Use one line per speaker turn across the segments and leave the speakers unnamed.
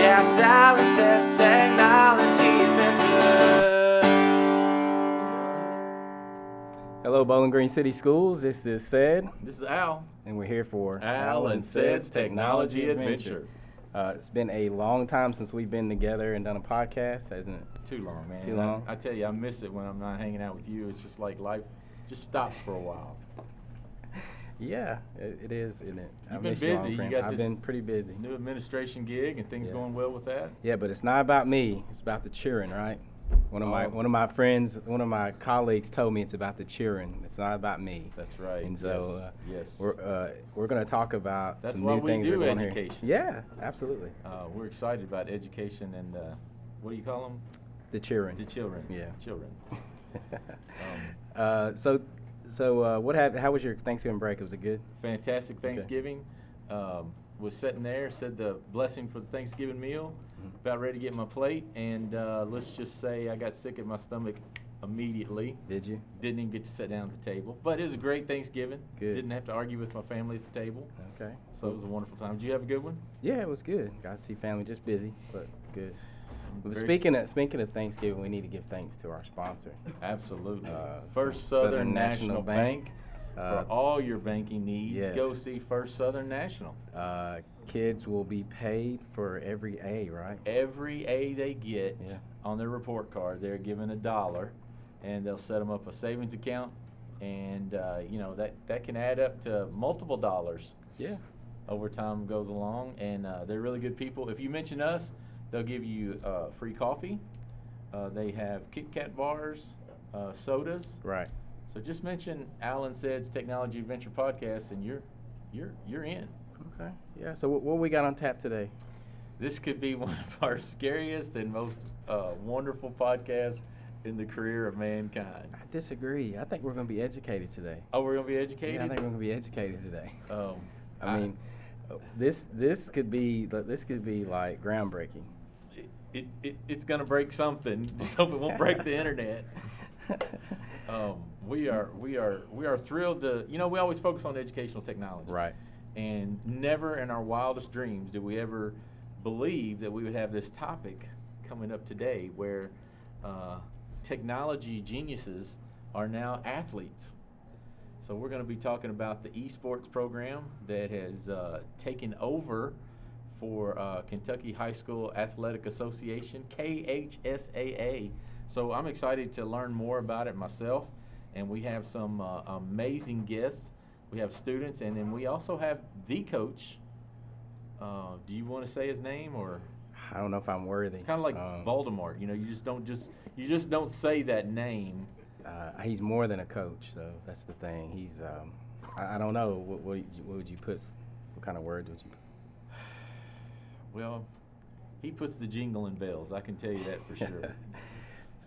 Silence is technology inventor.
Hello, Bowling Green City Schools. This is Said,
This is Al.
and we're here for
Al and Sid's Technology Adventure.
Uh, it's been a long time since we've been together and done a podcast, hasn't it?
Too long, man.
Too long?
I, I tell you, I miss it when I'm not hanging out with you. It's just like life just stops for a while.
Yeah, it, it is, isn't it? I
You've been
miss y'all,
busy. You
friend.
got
I've
this
been pretty busy.
New administration gig and things
Yeah.
going well with that.
Yeah, but it's not about me. It's about the cheering, right? One of my
Oh.
one of my friends, one of my colleagues told me it's about the cheering. It's not about me.
That's right.
And so,
yes, yes.
We're uh, we're gonna talk about
That's
some
why
new
we
things
do
we're going
education.
here. Yeah, absolutely.
Uh, we're excited about education and uh, what do you call them?
The cheering.
The children.
Yeah.
Children. Um,
uh, so, so uh, what happened? How was your Thanksgiving break? Was it good?
fantastic Thanksgiving. Um, was sitting there, said the blessing for the Thanksgiving meal. About ready to get my plate, and uh, let's just say I got sick in my stomach immediately.
Did you?
Didn't even get to sit down at the table, but it was a great Thanksgiving.
Good.
Didn't have to argue with my family at the table,
Okay.
so it was a wonderful time. Did you have a good one?
Yeah, it was good. Got to see family. Just busy, but good. But
Very-
speaking of speaking of Thanksgiving, we need to give thanks to our sponsor,
Absolutely.
uh,
First Southern,
Southern
National,
National
Bank.
Bank. Uh,
for all your banking needs,
yes.
go see First Southern National.
uh, kids will be paid for every A, right?
every A they get
Yeah.
on their report card, they're given a dollar, and they'll set them up a savings account, and uh, you know that that can add up to multiple dollars
Yeah.
over time goes along. And uh, they're really good people. If you mention us, they'll give you uh, free coffee. Uh, they have Kit Kat bars, uh, sodas.
Right.
So just mention Alan Said's Technology Adventure podcast, and you're you're you're in.
Okay. Yeah. So what, what we got on tap today?
This could be one of our scariest and most uh, wonderful podcasts in the career of mankind.
I disagree. I think we're going to be educated today.
Oh, we're gonna be
Yeah, I
educated.
think we're going to be educated today.
um,
I mean, uh, this this could be this could be like groundbreaking.
it, it, it, it's gonna break something. Just hope it won't break the internet. Um, we are we are we are thrilled to. You know, we always focus on educational technology,
right.
And never in our wildest dreams do we ever believe that we would have this topic coming up today, where uh, technology geniuses are now athletes. So we're going to be talking about the esports program that has uh, taken over for uh, Kentucky High School Athletic Association (KHSAA). So I'm excited to learn more about it myself, and we have some uh, amazing guests. We have students, and then we also have the coach. Uh, do you want to say his name, or
I don't know if I'm worthy.
it's kind of like
Um,
Voldemort? You know, you just don't just you just don't say that name.
uh, he's more than a coach, though. That's the thing. He's um, I, I don't know what what, you- what would you put? What kind of words would you? put?
Well, he puts the jingle in bells. I can tell you that for sure.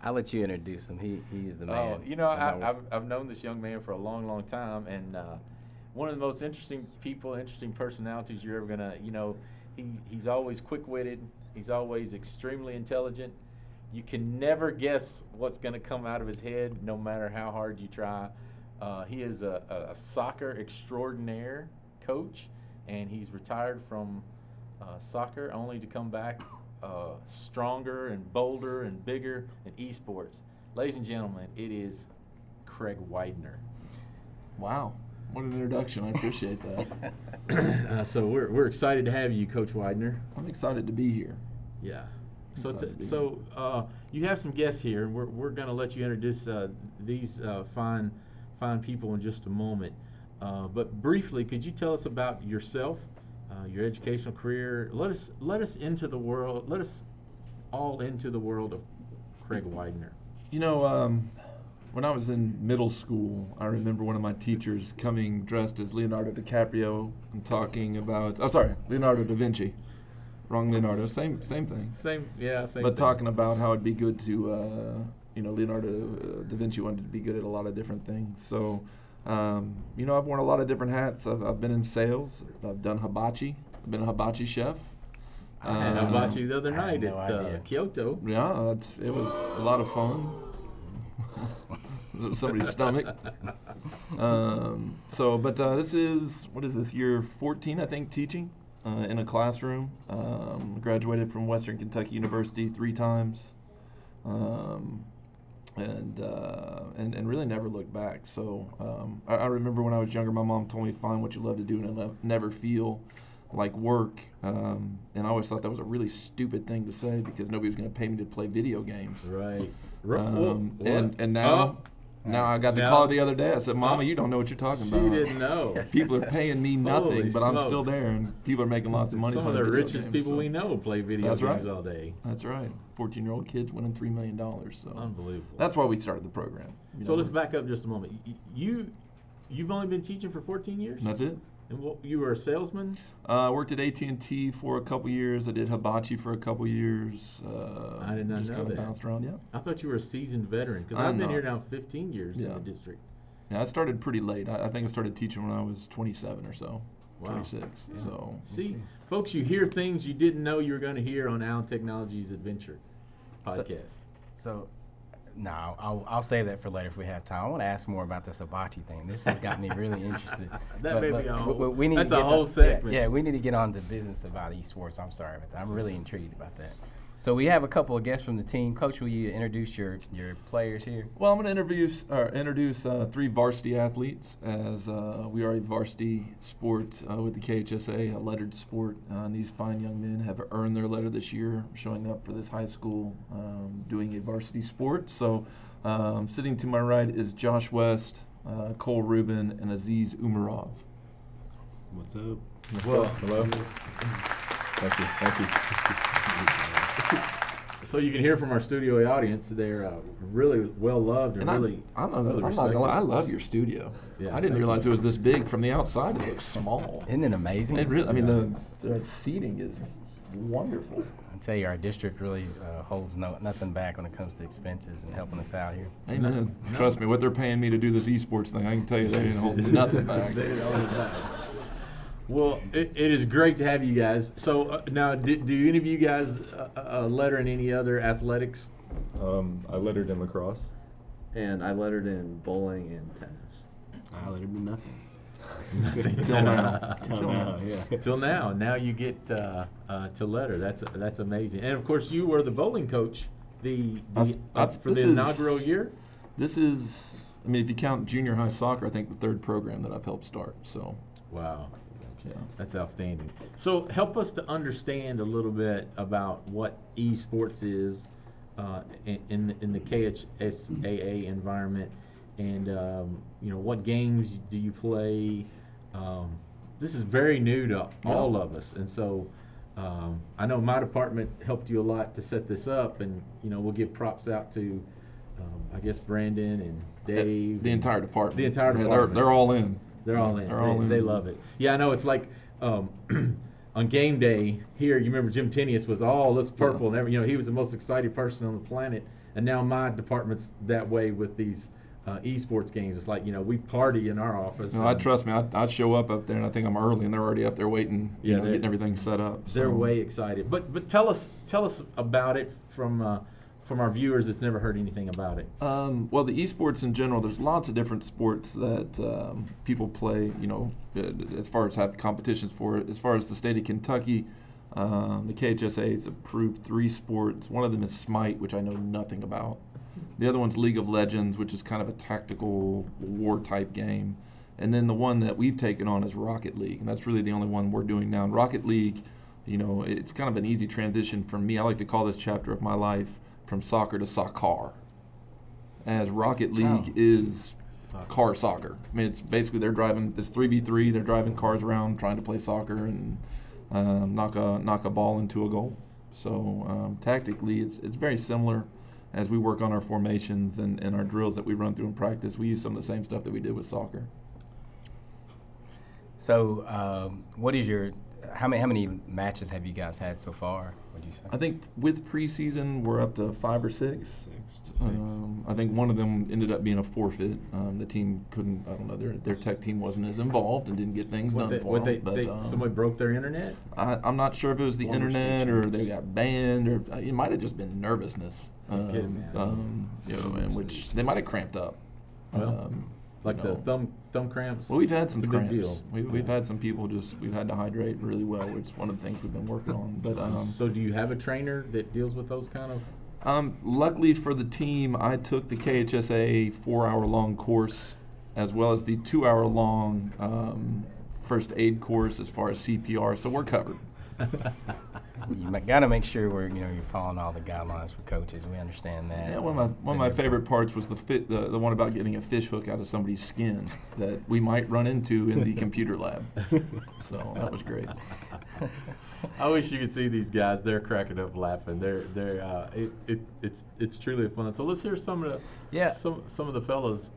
I'll let you introduce him. He he's the man.
Oh, you know,
I'm
I,
not
I've,
wor-
I've known this young man for a long, long time, and uh, one of the most interesting people, interesting personalities you're ever gonna, you know, he, he's always quick-witted. He's always extremely intelligent. You can never guess what's gonna come out of his head, no matter how hard you try. Uh, he is a, a- a soccer extraordinaire coach, and he's retired from uh, soccer only to come back uh, stronger and bolder and bigger in esports. Ladies and gentlemen, it is Craig Widener.
Wow. What an introduction. I appreciate that.
uh, so we're, we're excited to have you, Coach Widener.
I'm excited to be here.
Yeah. So t-
Excited to be
so uh, you have some guests here, and we're, we're going to let you introduce uh, these uh, fine fine people in just a moment. Uh, but briefly, could you tell us about yourself, uh, your educational career? Let us let us into the world. Let us all into the world of Craig Widener.
You know, um, when I was in middle school, I remember one of my teachers coming dressed as Leonardo DiCaprio and talking about, oh, sorry, Leonardo da Vinci. Wrong Leonardo, same same thing.
Same, yeah, same.
But talking about how it'd be good to, uh, you know, Leonardo uh, da Vinci wanted to be good at a lot of different things. So, um, you know, I've worn a lot of different hats. I've, I've been in sales. I've done hibachi. I've been a hibachi chef.
I had
Um,
hibachi the other
I had
night
no
at uh,
idea.
Kyoto.
Yeah, it's, it was a lot of fun. Somebody's stomach. Um, so, but uh, this is what is this year 14, I think, teaching. uh, in a classroom. Um, graduated from Western Kentucky University three times, um, and, uh, and and really never looked back. So um, I, I remember when I was younger, my mom told me, "Find what you love to do and it'll never feel." like work. Um, and I always thought that was a really stupid thing to say because nobody was going to pay me to play video games.
Right.
Um, and and
Oh,
now, now I got the
Now-
call the other day. I said,
Oh.
"Mama, you don't know what you're talking
she
about."
didn't know.
People are paying me
Holy
nothing, but I'm still
smokes.
there, and people are making lots of money.
Some of
playing
the
video
richest
games,
people
so-
we know play video
That's
games
right.
all day.
That's right. 14 year old kids winning three million dollars. So
Unbelievable.
that's why we started the program. you
so
know.
let's back up just a moment. Y- You, you've only been teaching for 14 years,
That's it.
and what, you were a salesman.
Uh, I worked at AT&T for a couple years. I did Hibachi for a couple years. Uh,
I did not
just
know
kinda
that.
Bounced around, yeah.
I thought you were a seasoned veteran because
I'm
I've been here
not.
now 15 years in
Yeah.
the district.
Yeah, I started pretty late. I, I think I started teaching when I was 27 or so,
Wow.
26. So
See, folks, you hear things you didn't know you were going to hear on Allen Technologies Adventure podcast.
So, no, I'll, I'll save that for later if we have time. I want to ask more about this hibachi thing. This has got me really interested.
That may be a whole-
we- we need
that's
to
a
get
whole
yeah,
segment.
Yeah, we need to get on to business about esports. I'm sorry about that. I'm really intrigued about that. So we have a couple of guests from the team. Coach, will you introduce your, your players here?
Well, I'm going to introduce or introduce uh, three varsity athletes as uh, we are a varsity sport uh, with the KHSA, a lettered sport. Uh, and these fine young men have earned their letter this year, showing up for this high school, um, doing a varsity sport. So, um, sitting to my right is Josh West, uh, Cole Rubin, and Aziz Umarov.
What's up?
Well,
Hello. Thank you. Thank you.
So you can hear from our studio audience; they're uh, really well loved and,
And I'm-
really.
I'm, a-
really
I'm not gonna
respected.
lie, I love your studio.
Yeah,
I didn't
thank
realize it was this big. From the outside, it looks small.
Isn't it amazing?
It really, I mean, the, the seating is wonderful.
I tell you, our district really uh, holds no, nothing back when it comes to expenses and helping us out here.
Amen. Trust me, what they're paying me to do this esports thing, I can tell you they didn't hold nothing back.
They don't hold back. Well, it, it is great to have you guys. So uh, now, do, do any of you guys uh, uh, letter in any other athletics?
Um, I lettered in lacrosse.
and I lettered in bowling and tennis.
I lettered in nothing.
Till now.
Oh,
Till now, yeah.
Till now, now you get uh, uh, to letter. That's that's amazing. And of course, you were the bowling coach the, the
That's-
uh,
that's-
for the
this is-
inaugural year.
This is, I mean, if you count junior high soccer, I think the third program that I've helped start. So,
Wow,
yeah.
that's outstanding. So help us to understand a little bit about what esports is uh, in, in the- in the KHSAA environment, and um, you know what games do you play? Um, this is very new to all of us, and so. Um, I know my department helped you a lot to set this up, and you know we'll give props out to, um, I guess Brandon and Dave.
The
and-
entire department.
The entire
Yeah, they're-
department.
They're, all in.
They're all in.
They're
they,
all in.
they love it. Yeah, I know. It's like um, on game day here. You remember Jim Tenius was all this purple and every, you know he was the most excited person on the planet. And now my department's that way with these uh, esports games. It's like you know we party in our office.
No, I
and
trust me. I, I show up up there and I think I'm early, and they're already up there waiting, you
Yeah,
know,
they're-
getting everything set up.
They're
so.
way excited. But but tell us tell us about it from uh, from our viewers that's never heard anything about it.
Um, well, the esports in general, there's lots of different sports that um, people play. You know, uh, as far as have competitions for it. As far as the state of Kentucky, um, the KHSA has approved three sports. One of them is Smite, which I know nothing about. The other one's League of Legends, which is kind of a tactical war type game. And then the one that we've taken on is Rocket League, and that's really the only one we're doing now. And Rocket League, you know, it's kind of an easy transition for me. I like to call this chapter of my life from soccer to soccer as Rocket League is car soccer. I mean, it's basically they're driving this three v three. They're driving cars around, trying to play soccer and um, knock a knock a ball into a goal. So um, tactically, it's it's very similar. As we work on our formations and, and our drills that we run through in practice, we use some of the same stuff that we did with soccer.
So, um, what is your how many how many matches have you guys had so far? Would you say?
I think with preseason, we're up to five or six.
Six.
Um, I think one of them ended up being a forfeit. Um, the team couldn't. I don't know. Their their tech team wasn't as involved and didn't get things
What
done
they,
for
what
them.
they,
but,
they
um,
somebody broke their internet.
I, I'm not sure if it was the
Former state
internet or they
champs.
got banned or uh, it might have just been nervousness. Um,
kidding, man. Mm-hmm.
um, you know, in which they might have cramped up.
Well,
um,
like
No.
the thumb thumb cramps.
Well, we've had some
it's a
cramps.
big deal.
We, we've had some people just we've had to hydrate really well, which is one of the things we've been working on. But um,
So do you have a trainer that deals with those kind of?
Um, luckily for the team, I took the KHSA four-hour-long course, as well as the two-hour-long um, first aid course as far as CPR. So we're covered.
You ma- gotta make sure we're you know you're following all the guidelines for coaches. We understand that.
Yeah, one of my one of my favorite parts was the fit the, the one about getting a fish hook out of somebody's skin that we might run into in the computer lab. So that was great.
I wish you could see these guys. They're cracking up, laughing. They're they're uh, it, it it's it's truly fun. So let's hear some of the
Yeah.
some some of the fellas.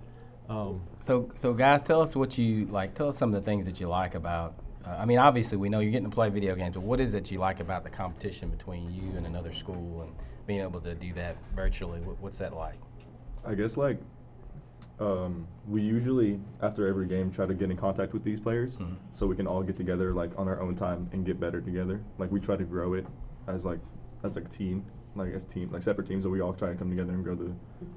Um,
So, so guys, tell us what you like. Tell us some of the things that you like about. Uh, I mean, obviously, we know you're getting to play video games, but what is it you like about the competition between you and another school and being able to do that virtually? What, what's that like?
I guess like um, we usually after every game try to get in contact with these players so we can all get together like on our own time and get better together. Like we try to grow it as like as like a team, like as team like separate teams that we all try to come together and grow the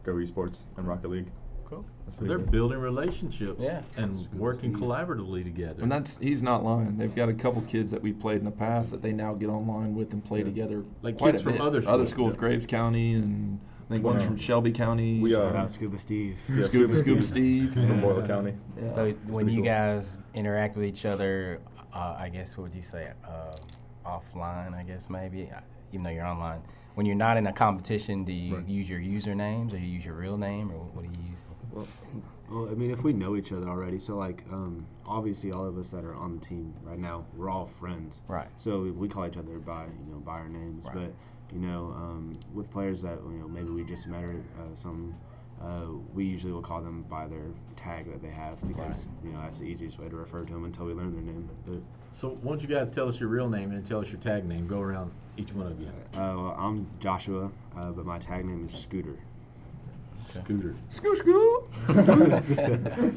grow esports and Rocket League.
Cool.
That's
they're
pretty good.
building relationships
Yeah.
and working collaboratively together.
And that's he's not lying. They've got a couple kids that we played in the past that they now get online with and play together.
Like
quite
kids
a
from
bit.
other
other
schools,
schools,
yeah.
Graves County, and I think one's
Yeah.
from Shelby County.
We
so-
are
Shout out Scuba Steve.
Yeah,
Scuba, Scuba Steve.
from Boyle County.
Yeah.
So, when
pretty
you
cool.
guys interact with each other, uh, I guess what would you say uh, offline? I guess maybe, uh, even though you're online, when you're not in a competition, do you
Right.
use your usernames or you use your real name or what, what do you use?
Well, I mean, if we know each other already, so like, um, obviously, all of us that are on the team right now, we're all friends.
Right.
So we, we call each other by you know by our names,
Right.
but you know, um, with players that you know maybe we just met or uh, some, uh, we usually will call them by their tag that they have because you know that's the easiest way to refer to them until we learn their name. But
So why don't you guys tell us your real name and tell us your tag name? Go around each one of you.
uh, well, I'm Joshua, uh, but my tag name is Scooter.
Scooter.
Scoo Scoo.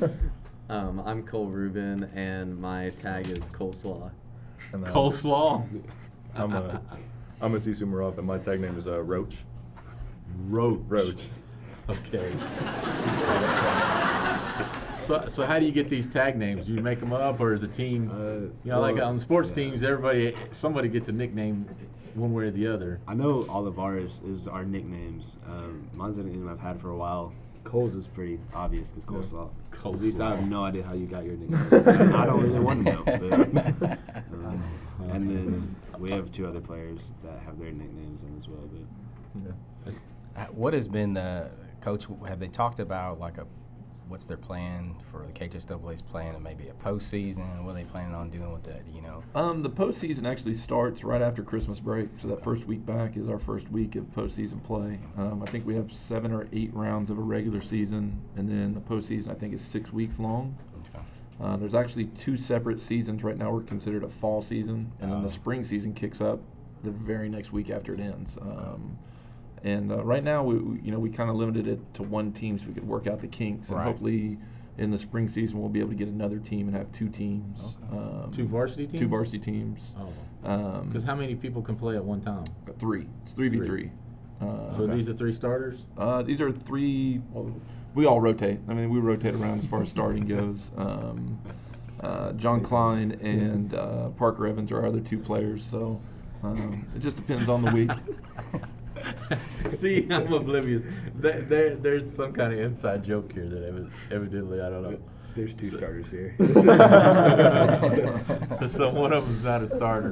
Uh,
Um, I'm Cole Rubin, and my tag is coleslaw.
And, uh,
Coleslaw.
I'm a I'm a Sisu Marov and my tag name is uh, Roach.
Roach.
Roach.
Okay. so, so how do you get these tag names? Do you make them up, or is a team?
Uh,
you know, like um,
well,
on sports
yeah.
teams, everybody somebody gets a nickname, one way or the other.
I know all of ours is our nicknames. Um, mine's a nickname I've had for a while. Cole's is pretty obvious because coleslaw. At least I have no idea how you got your nickname. I don't really want to know. But, um, and then we have two other players that have their nicknames in as well. But
Uh, What has been the coach? Have they talked about like a what's their plan for the KHSAA's plan and maybe a postseason? What are they planning on doing with that? do You know,
Um, the postseason actually starts right after Christmas break, so that first week back is our first week of postseason play. Um, I think we have seven or eight rounds of a regular season, and then the postseason I think is six weeks long. Uh, there's actually two separate seasons right now. We're considered a fall season, and then
Oh.
Ah.
the spring season kicks up the very next week after it ends. Um, and uh, right now, we, we- you know, we kind of limited it to one team so we could work out the kinks. And
Right.
hopefully, in the spring season, we'll be able to get another team and have two teams. Um,
Two varsity
Two
teams?
varsity teams.
Oh,
Um,
because how many people can play at one time?
three. It's three v
Three.
three. Uh,
So these are three starters.
uh, these are three. Well, we all rotate. I mean, we rotate around as far as starting goes. Um, uh, John Klein and uh, Parker Evans are our other two players. So um, it just depends on the week.
See, I'm oblivious. There, there, there's some kind of inside joke here that evi- evidently I don't know.
there's two starters here.
so, so one of them's not a starter.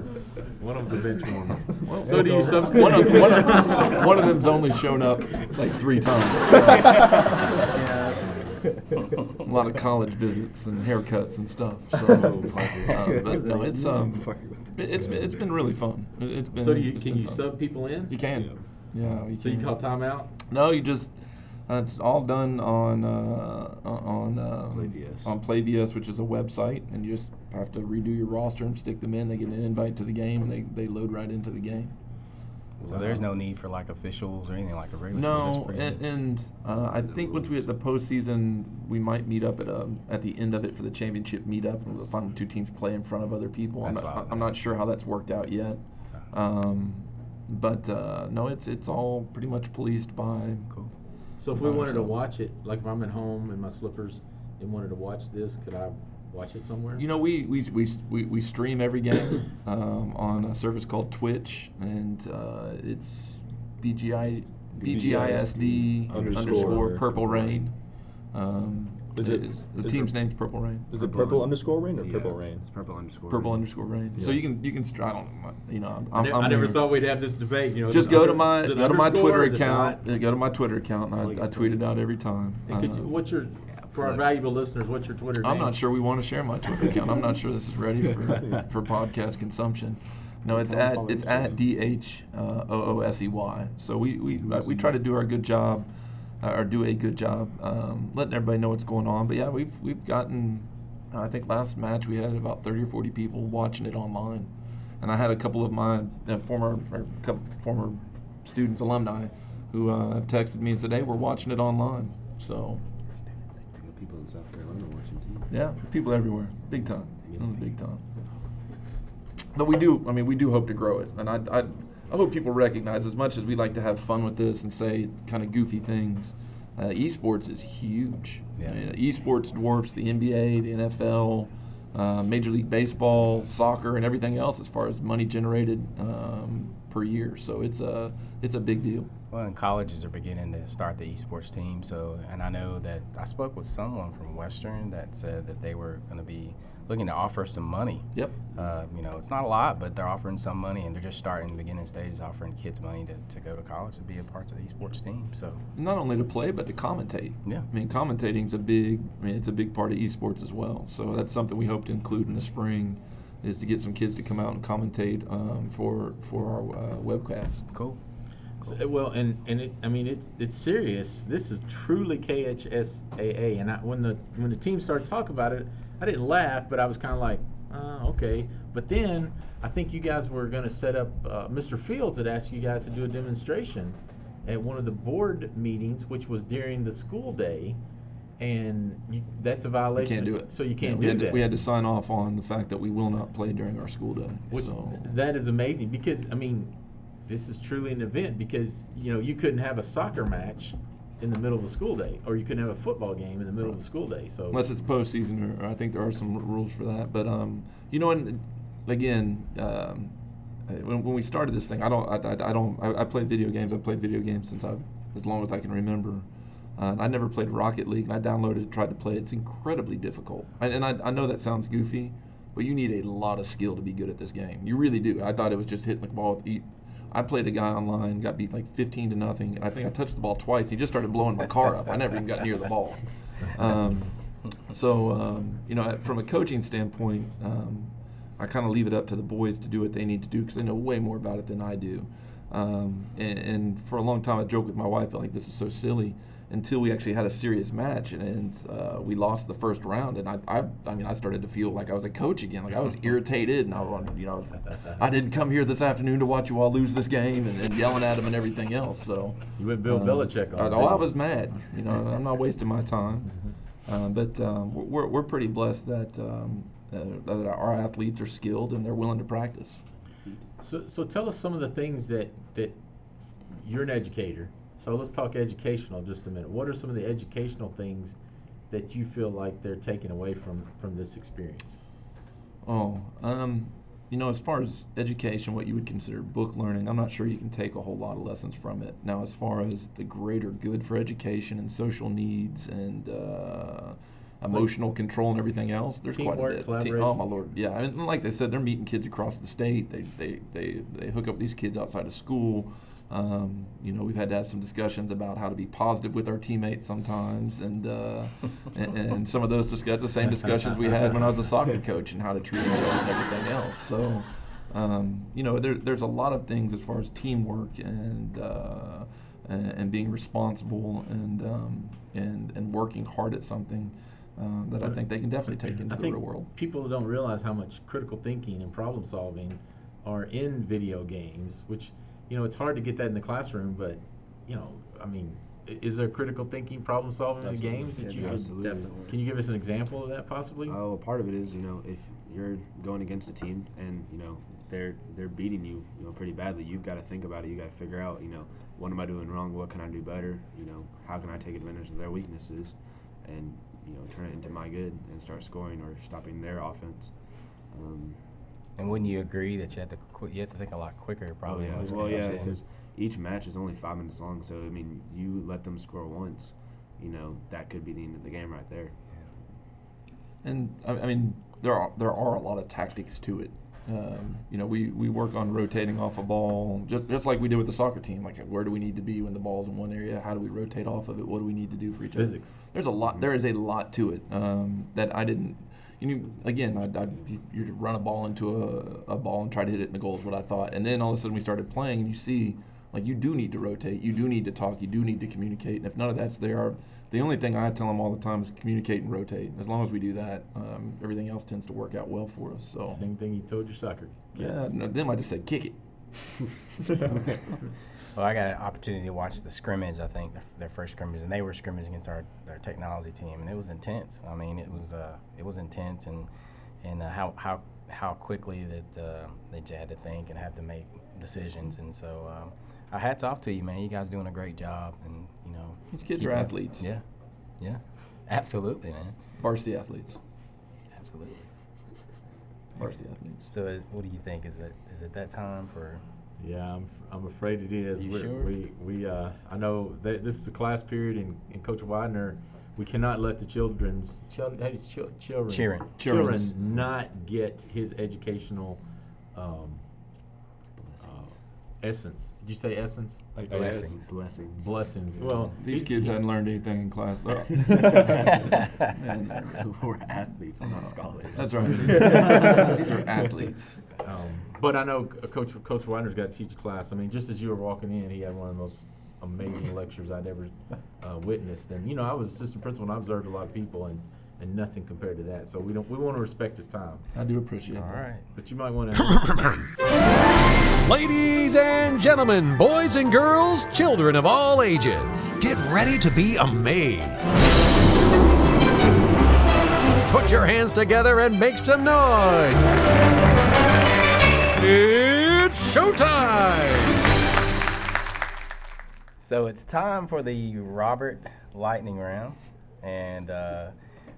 One of them's a bench warmer.
Well,
so do you substitute?
One of, one, of, one of them's only shown up like three times. a lot of college visits and haircuts and stuff. So, uh, but no, it's um, it- it's been- it's been really fun. It- It's been.
So do you,
it's
can
been
you
fun.
sub people in?
You can.
So
Yeah.
you
Mm-hmm.
can.
call timeout?
No, you just uh, it's all done on uh, on um,
PlayVS.
on PlayVS, which is a website, and you just have to redo your roster and stick them in. They get an invite to the game, and they, they load right into the game.
so there's no need for like officials or anything like a regular.
No,
season. That's pretty
and,
good.
and uh, I think once we hit the postseason, we might meet up at a, at the end of it for the championship meetup, and the final two teams play in front of other people. I'm
That's Ah.
not,
fine.
I'm not sure how that's worked out yet, um, but uh, no, it's it's all pretty much policed by
cool.
So if we
By
wanted to
ourselves.
watch it, like if I'm at home in my slippers they wanted to watch this, could I watch it somewhere?
You know, we we, we, we, we stream every game um, on a service called Twitch, and uh, it's BGI BGISD
Underscore.
underscore Purple Rain. Um,
Is it-
it's- the
is
team's
it-
name's Purple Rain.
Is it purple underscore rain or
Yeah,
purple rain?
It's purple underscore.
Purple
rain.
underscore Rain. So
Yeah.
you can you can str- I don't know, you know I'm,
I, ne-
I'm-
I never
I'm-
thought we'd have this debate. You know, is
Just
it
go to
under-
my
is it
go to my
underscore,
Twitter
is it not?
account. uh, Go to my Twitter account. And I, I tweet it out every time.
And could you,
Uh,
what's your for our
plug.
valuable listeners? What's your Twitter?
I'm
name?
not sure we want to share my Twitter account. I'm not sure this is ready for, for podcast consumption. No, it's
Tell 'em
at
follow
it's at
Instagram.
d h o o s e y. So we we, uh, we try to do our good job, uh, or do a good job, um, letting everybody know what's going on. But yeah, we've we've gotten, I think last match we had about 30 or 40 people watching it online, and I had a couple of my uh, former or couple, former students alumni who uh, have texted me and said, hey, we're watching it online. So
You know, People in South Carolina watching too.
yeah, people everywhere, big time, That was big time. But we do, I mean, we do hope to grow it, and I, I, I hope people recognize as much as we like to have fun with this and say kind of goofy things. Uh, esports is huge.
Yeah.
I mean, esports dwarfs the NBA, the NFL, uh, Major League Baseball, soccer, and everything else as far as money generated um, per year. So it's a, it's a big deal.
Well, and colleges are beginning to start the esports team. So, and I know that I spoke with someone from Western that said that they were going to be looking to offer some money.
Yep.
Uh, you know, it's not a lot, but they're offering some money, and they're just starting the beginning stages, offering kids money to, to go to college and be a part of the esports team. So,
not only to play but to commentate.
Yeah.
I mean, commentating's a big. I mean, it's a big part of esports as well. So that's something we hope to include in the spring, is to get some kids to come out and commentate um, for for our uh, webcast.
cool.
So, uh, well, and and it, I mean, it's it's serious. This is truly KHSAA, and I, when the when the team started talking about it, I didn't laugh, but I was kind of like, uh, okay. But then I think you guys were going to set up. Uh, Mr. Fields had asked you guys to do a demonstration at one of the board meetings, which was during the school day, and you, that's a
We
violation.
can't do it.
So you can't
we
do
had
that.
To, we had to sign off on the fact that we will not play during our school day.
Which
so.
that is amazing because I mean, this is truly an event because you know you couldn't have a soccer match in the middle of a school day, or you couldn't have a football game in the middle of a school day. So
unless it's postseason, or, or I think there are some r- rules for that. But um, you know, and again, um, I- when, when we started this thing, I don't, I, I, I don't, I, I played video games. I've played video games since I, as long as I can remember. Uh, I never played Rocket League, and I downloaded it, tried to play. it. It's incredibly difficult, and, and I, I know that sounds goofy, but you need a lot of skill to be good at this game. You really do. I thought it was just hitting the ball with eat. I played a guy online, got beat like 15 to nothing, and I think I touched the ball twice. He just started blowing my car up. I never even got near the ball. Um, so, um, you know, from a coaching standpoint, um, I kind of leave it up to the boys to do what they need to do because they know way more about it than I do. Um, and, and for a long time, I joked with my wife, like, this is so silly until we actually had a serious match and, and uh, we lost the first round. And I, I, I mean, I started to feel like I was a coach again. Like, I was irritated and I wanted, you know, I didn't come here this afternoon to watch you all lose this game and, and yelling at them and everything else. So,
you went Bill
um,
Belichick
I,
on.
oh, I was mad. You know, I'm not wasting my time.
Mm-hmm.
Um, but um, we're- we're, we're pretty blessed that, um, uh, that our athletes are skilled and they're willing to practice.
So so tell us some of the things that that you're an educator. So let's talk educational just a minute. What are some of the educational things that you feel like they're taking away from from this experience?
Oh, um, you know, as far as education, what you would consider book learning, I'm not sure you can take a whole lot of lessons from it. Now, as far as the greater good for education and social needs and uh, emotional control and everything else, there's
Teamwork,
quite a bit. Te- oh
collaboration.
my lord, yeah. I mean, like they said, they're meeting kids across the state. They they they, they hook up with these kids outside of school. Um, you know, we've had to have some discussions about how to be positive with our teammates sometimes, and uh, and, and some of those discuss the same discussions we had when I was a soccer coach and how to treat each other and everything else. So, um, you know, there, there's a lot of things as far as teamwork and uh, and, and being responsible and um, and and working hard at something um, that I think they can definitely take into
I
the
think
real world.
People don't realize how much critical thinking and problem solving are in video games, which, you know, it's hard to get that in the classroom, but, you know, I mean, i- is there critical thinking, problem solving in the games that you
Yeah,
could-
absolutely.
Definitely. Can you give us an example of that possibly?
Oh, well, part of it is you know if you're going against a team and you know they're they're beating you you know pretty badly, you've got to think about it. You got to figure out you know what am I doing wrong? What can I do better? You know how can I take advantage of their weaknesses? And you know, turn it into my good and start scoring or stopping their offense. Um,
And wouldn't you agree that you have to qu- you have to think a lot quicker probably?
well,
in most
Oh, yeah, well, yeah,
instances?
because each match is only five minutes long. So I mean, you let them score once, you know, that could be the end of the game right there.
And I, I mean, there are there are a lot of tactics to it. Um, you know, we, we work on rotating off a ball, just just like we did with the soccer team. Like, where do we need to be when the ball's in one area? How do we rotate off of it? What do we need to do for each
physics.
other? There's a lot.
Mm-hmm.
There is a lot to it um, that I didn't. You know, again, I, I, you, you just run a ball into a, a ball and try to hit it in the goal is what I thought. And then all of a sudden we started playing, and you see, like you do need to rotate, you do need to talk, you do need to communicate. And if none of that's there, the only thing I tell them all the time is communicate and rotate. As long as we do that, um, everything else tends to work out well for us. So
Same thing you told your soccer kids.
yeah, no, them I just say kick it.
Well, I got an opportunity to watch the scrimmage. I think their, their first scrimmage, and they were scrimmaging against our their technology team, and it was intense. I mean, it was uh, it was intense, and and uh, how how how quickly that uh, that you had to think and have to make decisions. And so, um, uh, hats off to you, man. You guys doing a great job, and you know,
These kids
keep
are
it-
athletes,
Yeah, yeah, absolutely, man,
varsity athletes,
absolutely.
varsity athletes.
So, uh, what do you think? Is it is it that time for?
Yeah, I'm, f- I'm afraid it is.
You
We're-
sure?
We, we uh, I know that this is a class period, and, and Coach Widener, we cannot let the children's chil- how do you s- chil- children
Children.
children
Children's.
not get his educational um, uh, essence. Did you say essence?
Oh, Blessings.
Blessings.
Blessings. Well,
These kids hadn't learned anything in class. Oh. though.
We're athletes, not scholars.
Uh-huh. That's right. These are athletes.
Um, but I know C- Coach Coach Widener's got to teach a class. I mean, just as you were walking in, he had one of the most amazing lectures I'd ever uh, witnessed. And you know, I was assistant principal and I observed a lot of people, and, and nothing compared to that. So we don't we want to respect his time.
I do appreciate
All
that.
right.
But you might want to.
Ladies and gentlemen, boys and girls, children of all ages, get ready to be amazed. Put your hands together and make some noise. It's showtime!
So it's time for the Robert Lightning Round, and uh,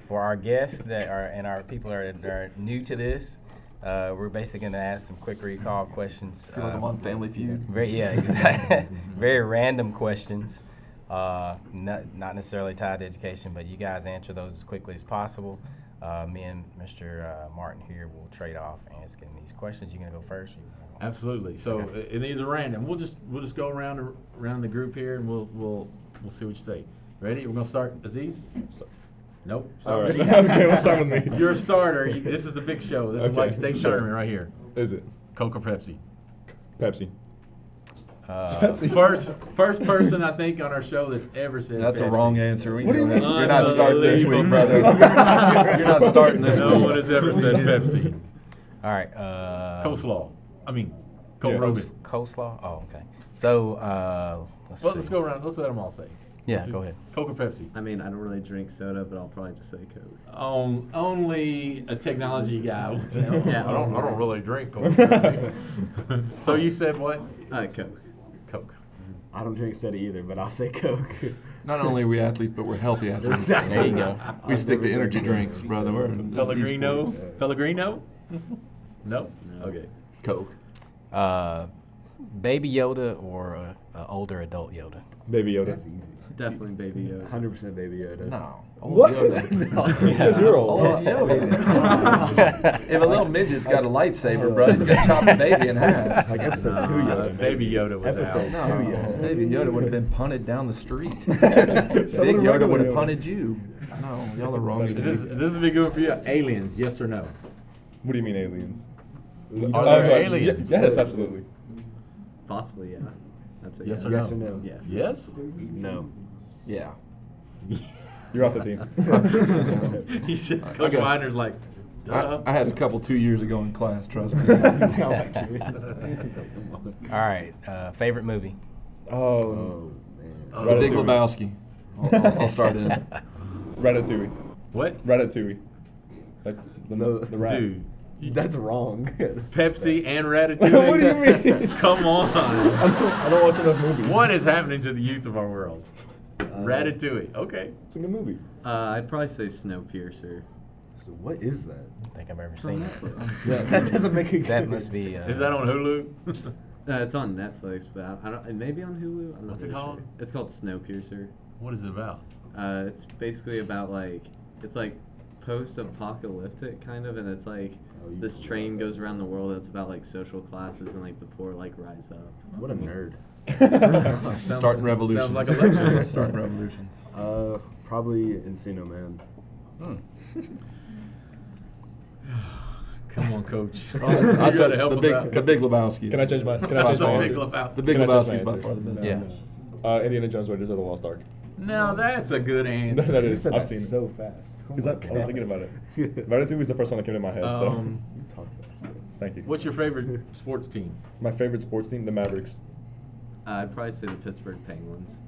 for our guests that are and our people that are, that are new to this, uh, we're basically going to ask some quick recall questions.
feel like I'm
uh,
on Family Feud.
very yeah, exactly. very random questions, uh, not not necessarily tied to education, but you guys answer those as quickly as possible. Uh, me and Mr. Uh, Martin here will trade off asking these questions. You're going to go first. or you wanna go?
Absolutely. So uh, and these are random. We'll just we'll just go around the- around the group here, and we'll we'll we'll see what you say. Ready? We're gonna start Aziz. So, nope.
All right.
Sorry.
okay, what's time with me?
You're a starter. You- this is the big show. This is
Okay,
like state
sure.
tournament right here.
Is it
Coke or Pepsi?
Pepsi?
Uh,
First, first person I think on our show that's ever said
That's a
Pepsi.
wrong answer. We
What do
know
you
that.
mean?
You're not starting this week, brother.
Unbelievable.
You're not starting this
No
week.
one has ever said Pepsi.
all right. Uh,
Coleslaw. I mean, cold
Yeah.
roasted.
Coleslaw. Oh, okay. So uh, let's
Well,
see.
let's go around. Let's let them all say.
Yeah, go ahead.
Coke or Pepsi?
I mean, I don't really drink soda, but I'll probably just say Coke.
Um, only a technology guy. would say, "Oh,
Yeah.
I don't. I don't really drink Coke. or Pepsi." so you said what?
Uh, Coke.
Coke.
I don't drink soda either, but I'll say Coke.
Not only are we athletes, but we're healthy athletes.
There you go.
We stick to energy drinks, brother. We're
Pellegrino. Pellegrino. no. Okay.
Coke.
Uh, baby Yoda or a, a older adult Yoda?
Baby Yoda.
Definitely Baby Yoda.
100% Baby Yoda.
No.
What?
Yoda.
Because you're old.
Oh, if a little midget's got a lightsaber, bro, he's gonna chop a baby in half.
Like episode two
Uh,
Yoda.
Baby Yoda was
Episode
out.
No,
Two Yoda.
Baby Yoda would have been punted down the street.
So
Big
would a
Yoda
regular
would have
Yoda.
punted you. No, y'all are wrong.
This this would be good for you. Aliens, yes or no?
What do you mean aliens? Uh,
Are there
yeah,
aliens?
Yes, absolutely.
Possibly, yeah. That's a
Yes
yes.
or
Yes
no?
or no?
Yes.
Yes.
No.
Yeah.
You're off the team.
he should, Coach
Okay.
Widener's like,
I,
duh.
I had a couple two years ago in class, trust me.
All right. Uh, favorite movie?
oh,
Oh, man.
Oh,
Right
Big
Ratatouille.
Lebowski. I'll, I'll, I'll start in.
Ratatouille.
what?
Ratatouille. Like the, the rat.
Dude,
That's wrong.
Pepsi and Ratatouille.
what do you mean?
Come on.
I don't watch enough movies.
what is happening to the youth of our world?
Uh,
Ratatouille. Okay.
It's a good movie.
Uh, I'd probably say Snowpiercer.
So what is that?
I think I've ever seen it.
that doesn't make a
That must be. Uh,
Is that on Hulu?
Uh, it's on Netflix, but I, I don't. it may be on Hulu. I'm not
What's it
really
called?
Sure. It's called Snowpiercer.
what is it about?
Uh, it's basically about like it's like post-apocalyptic kind of, and it's like
Oh, you
this
pulled it
train goes around the world. It's about like social classes and like the poor like rise up.
What a nerd.
Starting
Sounds
revolutions.
like a lecture.
Starting revolutions.
Uh, probably Encino Man.
hmm.
Come on, coach.
Oh, I
You
said
gotta help
the
us out.
big, the big Lebowski.
Can I change my- can I
By
change my
far.
answer?
The Big Lebowski.
The Big
Can I change my
Lebowski is by
answer?
far the best.
Yeah.
Uh, Indiana Jones Raiders of the Lost Ark.
Now that's a good answer.
that is. I've seen it.
so fast.
Oh
Because I, I was thinking about it. Ratatouille was the first one that came to my head.
Um,
so thank you.
What's your favorite sports team?
my favorite sports team? The Mavericks.
Uh, I'd probably say the Pittsburgh Penguins.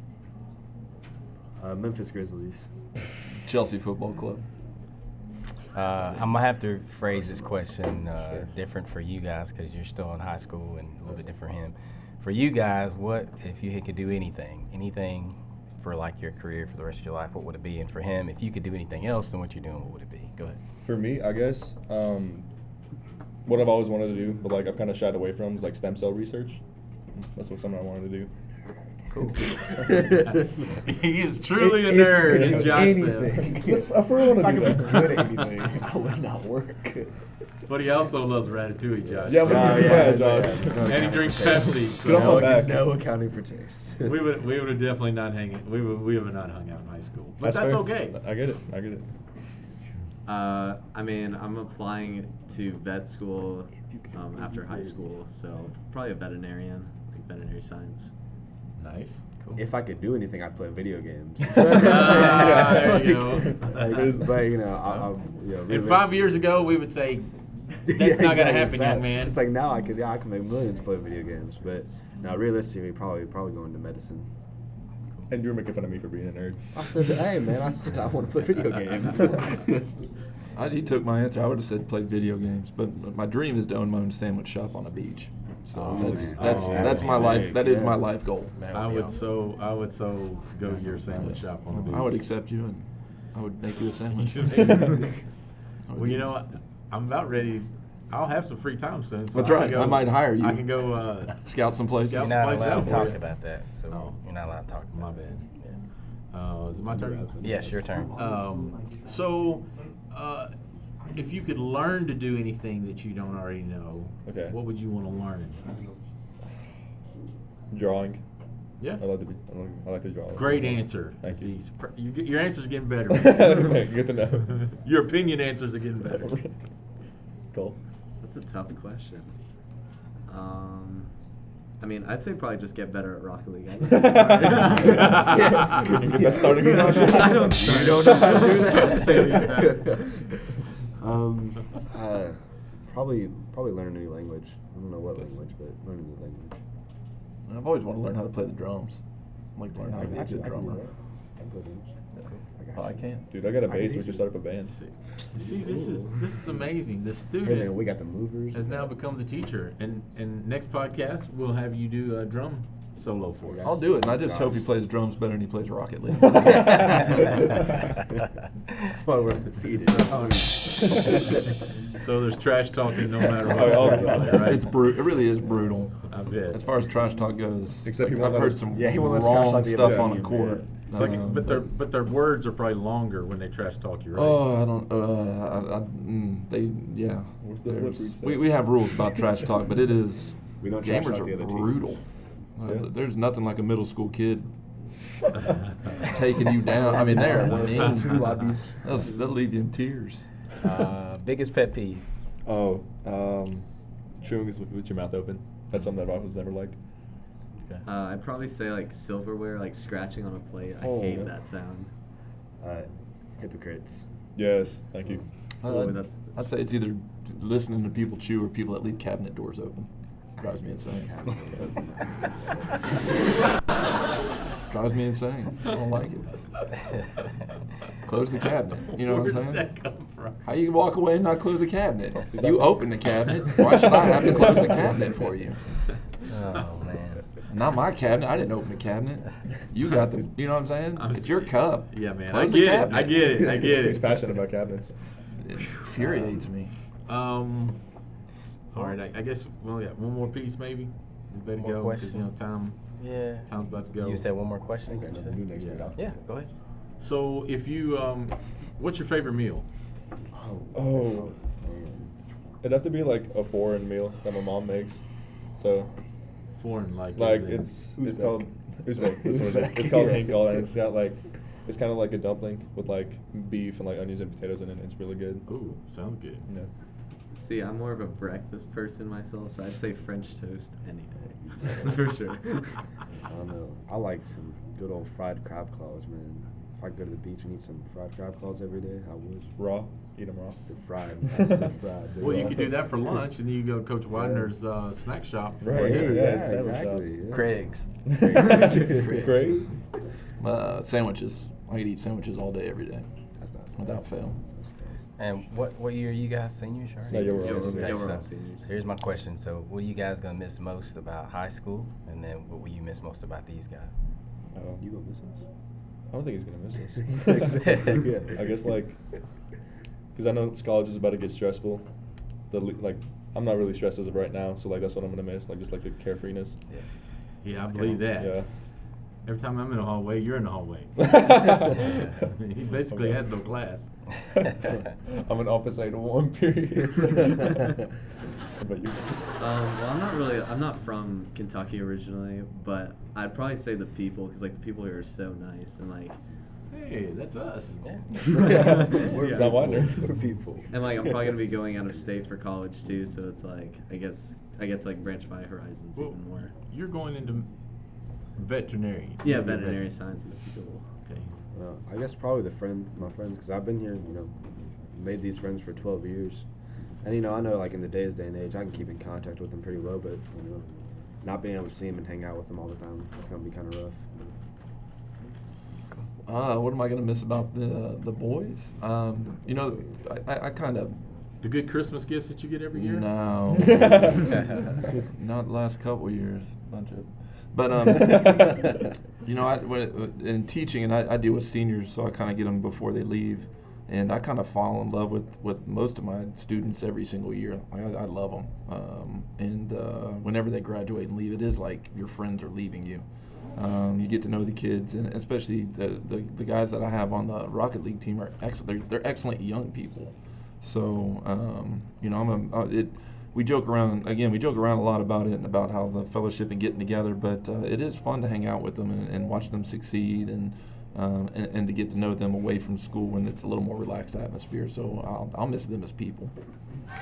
Uh, Memphis Grizzlies.
Chelsea Football Club.
Uh, I'm gonna have to phrase this question uh,
Sure.
different for you guys because you're still in high school and a little bit different for him. For you guys, what if you could do anything, anything for like your career for the rest of your life? What would it be? And for him, if you could do anything else than what you're doing, what would it be? Go ahead.
For me, I guess um, what I've always wanted to do, but like I've kind of shied away from, is like stem cell research. That's what something I wanted to do.
he is truly a nerd, as Josh says.
That's- I really want to do that.
I would not work.
But he also loves ratatouille, Josh.
Yeah, we
Oh,
can do
yeah,
that, Josh.
yeah.
and he drinks Pepsi.
Get off
So
my back.
No accounting for taste.
we would we would have definitely not hanging. We would we would have not hung out in high school. But that's,
fair.
okay.
I get it. I get it.
Uh, I mean, I'm applying to vet school um, after high school, so probably a veterinarian, like veterinary science.
Nice.
If I could do anything, I'd play video games.
Ah, there you go.
Like, there's- but you know, I, I'm, you know
And five
realistically-
years ago, we would say that's not
Yeah, exactly,
gonna
it's
happen,
bad.
young man.
It's like now I could, yeah, I can make millions playing video games, but now realistically, probably, probably going to medicine.
And you were making fun of me for being a nerd.
I said, hey man, I said I want to play video games.
I, he took my answer. I would have said play video games, but but my dream is to own my own sandwich shop on a beach. So
Oh,
that's
man.
that's
Oh,
that's my
sick,
life. That is
yeah.
my life goal.
That
I
be
would
awesome.
so I would so go to your sandwich shop on the beach.
I would accept you, and I would make you a sandwich.
well, you know, I'm about ready. I'll have some free time soon. So
That's
I can
right.
Go,
I might hire you.
I can go. Uh,
Scout some places.
Scout
You're not
That's why I said
allowed to
for
talk
you.
about that, so
Oh.
you're not allowed to talk.
my
About
bad. Uh, is it my turn?
it. Yes, your turn.
Um, so, uh, if you could learn to do anything that you don't already know,
Okay.
what would you want to learn?
Drawing.
Yeah.
I like to be. I like, I like to draw.
Great answer.
Thank you.
Aziz. Pr- you get- Your answer's getting better.
Good to know.
your opinion answers are getting better.
Cool.
That's a tough question. Um, I mean, I'd say probably just get better at Rocket League. I don't know.
Can you get that starting position?
I don't
You don't know how to do
that. um, uh, probably, probably learn a new language. I don't know what language, but learn a new language.
I've always wanted to learn how to play the drums. I'd like to learn how to be a good drummer. Oh, I can't.
Dude, I got a
I can
bass.
do
We should
it.
start up a band.
See, this is this is amazing. The
Hey man,
student
we got the movers.
has now become the teacher, and and next podcast we'll have you do a drum solo for us.
I'll do it, and I just hope he plays drums better than he plays Rocket League.
That's why we're undefeated.
So there's trash talking no matter what.
Oh,
sport you
yeah.
play, right?
It's brutal. It really is brutal.
I bet.
As far as trash talk goes,
Except he
like,
won't
I've
let
heard
us-
some
yeah, he won't let us trash
wrong
talk the
stuff
other
on a
team,
court.
yeah.
It's like-
Uh,
but their but their words are probably longer when they trash talk you, right?
Oh, I don't. Uh, I, I, mm, they, yeah.
What's the flip
There's-
reach
we,
there?
we have rules about trash talk, but it is.
We don't trash
gamers
talk
are
the other team.
brutal. Uh,
Yeah.
There's nothing like a middle school kid taking you down. I mean, they're mean.
Two lobbies.
That'll, that'll leave you in tears.
Uh, biggest pet peeve.
Oh, um, chewing is with, with your mouth open. That's something that I was never liked.
Uh, I'd probably say like silverware, like scratching on a plate. I
Oh, yeah.
hate that sound.
Uh, hypocrites.
Yes, thank you.
Ooh,
I'd-
that's-
Uh, I'd say it's either listening to people chew or people that leave cabinet doors open. Drives me insane.
Oh,
Drives me insane. I don't like it. Close the cabinet. You know
Where
what
did
I'm saying?
that come from?
How you walk away and not close the cabinet?
Is that-
You open the cabinet. Why should I have to close the cabinet for you?
Oh man. man.
Not my cabinet. I didn't open the cabinet. You got the. You know what I'm saying? it's your cup.
Yeah, man.
Close
I
the
get it.
cabinet.
I get it. I get
He's
it.
passionate about cabinets.
It infuriates me.
Um. All right. I, I guess. Well, yeah. One more piece, maybe. We better
More
go because you know
question.
time.
Yeah.
Time's about to go.
You said one more question? is that what you said?
yeah.
Yeah, go ahead.
So, if you, um, what's your favorite meal?
Oh. It'd have to be like a foreign meal that my mom makes. So
Foreign, like. as
like
in-
it's it's
Uzbek.
called Uzbek. That's what it is. It's
Uzbek,
called
yeah.
hinkal and it's got like it's kind of like a dumpling with like beef and like onions and potatoes in it. It's really good.
Ooh, sounds good.
Yeah.
See, I'm more of a breakfast person myself, so I'd say French toast any day. For sure.
I don't know. I like some good old fried crab claws, man. If I could go to the beach and eat some fried crab claws every day, I would.
Raw. Eat them raw.
They're fried. man. They're fried. They're
Well, you
raw.
could do that for lunch, and then you go to Coach Widener's uh, snack shop.
Right.
Yeah, yeah,
yeah, sandwich shop.
exactly. Yeah.
Craig's.
Great.
Uh, sandwiches. I could eat sandwiches all day, every day,
That's not
without fail.
And what, what year are you guys seniors? Or
No, you're all
Yeah,
seniors.
Okay,
You're all
so
seniors.
Here's my question. So, what are you guys gonna miss most about high school, and then what will you miss most about these guys?
Oh,
You gonna miss
I don't think he's gonna miss us.
us?
I guess like, because I know this college is about to get stressful. The le- like, I'm not really stressed as of right now, so like that's what I'm gonna miss. Like just like the carefreeness.
Yeah, I believe that.
Yeah.
Every time I'm in the hallway, you're in the hallway. he basically has no class.
I'm an opposite of one period. but you,
Um, well, I'm not really. I'm not from Kentucky originally, but I'd probably say the people, because like the people here are so nice and like,
Hey, that's us.
Yeah.
We're
Yeah.
not Wagner.
We're people.
and like I'm probably gonna be going out of state for college too, so it's like I guess I get to like branch my horizons
Well-
even more.
You're going into veterinary.
Yeah, veterinary science is the goal.
Okay.
Uh, I guess probably the friend, my friends, because I've been here, you know, made these friends for 12 years, and you know, I know like in today's day and age, I can keep in contact with them pretty well, but you know, not being able to see them and hang out with them all the time, it's gonna be kind of rough.
Uh, what am I gonna miss about the the boys? Um, you know, I, I, I kind of
The good Christmas gifts that you get every year.
no, not the last couple years, bunch of, but um, you know, I when, in teaching and I, I deal with seniors, so I kind of get them before they leave, and I kind of fall in love with with most of my students every single year. Like, I, I love them, um, and uh, whenever they graduate and leave, it is like your friends are leaving you. Um, you get to know the kids, and especially the, the, the guys that I have on the Rocket League team are excellent. They're, they're excellent young people. So um, you know, I'm a, uh, it. We joke around again. We joke around a lot about it and about how the fellowship and getting together. But uh, it is fun to hang out with them and, and watch them succeed and, um, and and to get to know them away from school when it's a little more relaxed atmosphere. So I'll, I'll miss them as people.
Yeah,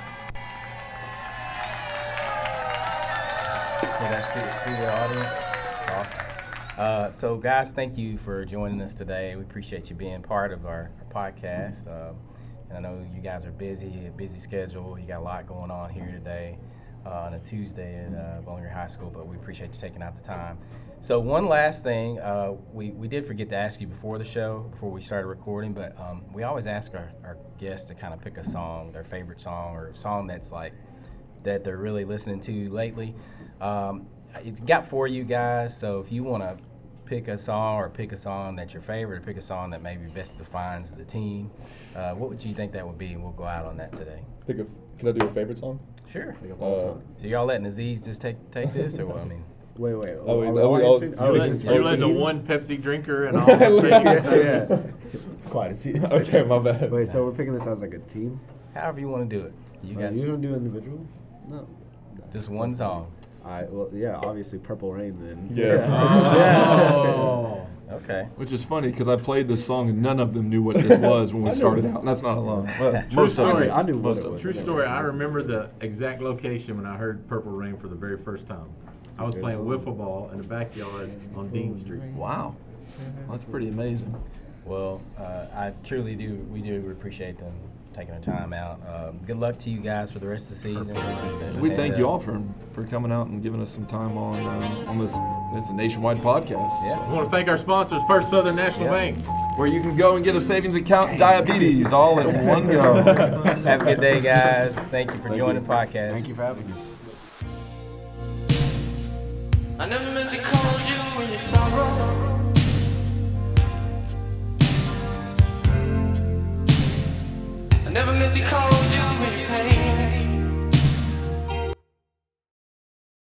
that's good. See the audience. Awesome. Uh, so, guys, thank you for joining us today. We appreciate you being part of our, our podcast. Um, and I know you guys are busy, a busy schedule. You got a lot going on here today uh, on a Tuesday at uh, Bowling Green High School, but we appreciate you taking out the time. So, one last thing uh, we, we did forget to ask you before the show, before we started recording, but um, we always ask our, our guests to kind of pick a song, their favorite song, or a song that's like that they're really listening to lately. Um, it's got for you guys, so if you want to pick a song or pick a song that's your favorite, or pick a song that maybe best defines the team, uh, what would you think that would be? And we'll go out on that today.
Pick a. Can I do a favorite song?
Sure.
Like of all
Uh,
time.
So y'all letting Aziz just take take this, or what? I mean,
Wait, wait.
Oh, wait,
are
oh,
all
we all-
answering?
you
Oh,
let-
it's just
you
You're
our
letting the
team?
one Pepsi drinker and all. this thing.
yeah, yeah. Quiet. It's, it's
Okay, my bad.
Wait, so we're picking this as like a team?
however you want to do it. You
Uh,
guys,
you don't do individual? No. No,
just
so-
one song.
All right. Well, yeah. Obviously, Purple Rain then.
Yeah.
Oh.
Okay.
Which is funny because I played this song and none of them knew what this was when we
I know.
started out. And that's not a lot. Well,
True
most of
story.
them.
I knew what
Most
it
of
was.
them.
True story. I remember the exact location when I heard Purple Rain for the very first time. I was playing wiffle ball in the backyard on Dean Street.
Wow, that's pretty amazing.
Well, uh, I truly do. We do appreciate them taking their time out. Um, good luck to you guys for the rest of the season.
We
And,
thank
uh,
you all for for coming out and giving us some time on uh, on this. It's a nationwide podcast.
Yeah.
I want to thank our sponsors, First Southern National
Yeah.
Bank.
where you can go and get a savings account and diabetes all in one go.
Have a good day, guys. Thank you for joining the podcast.
Thank you for having me.
I never meant to call you when you sorrow. I never meant to call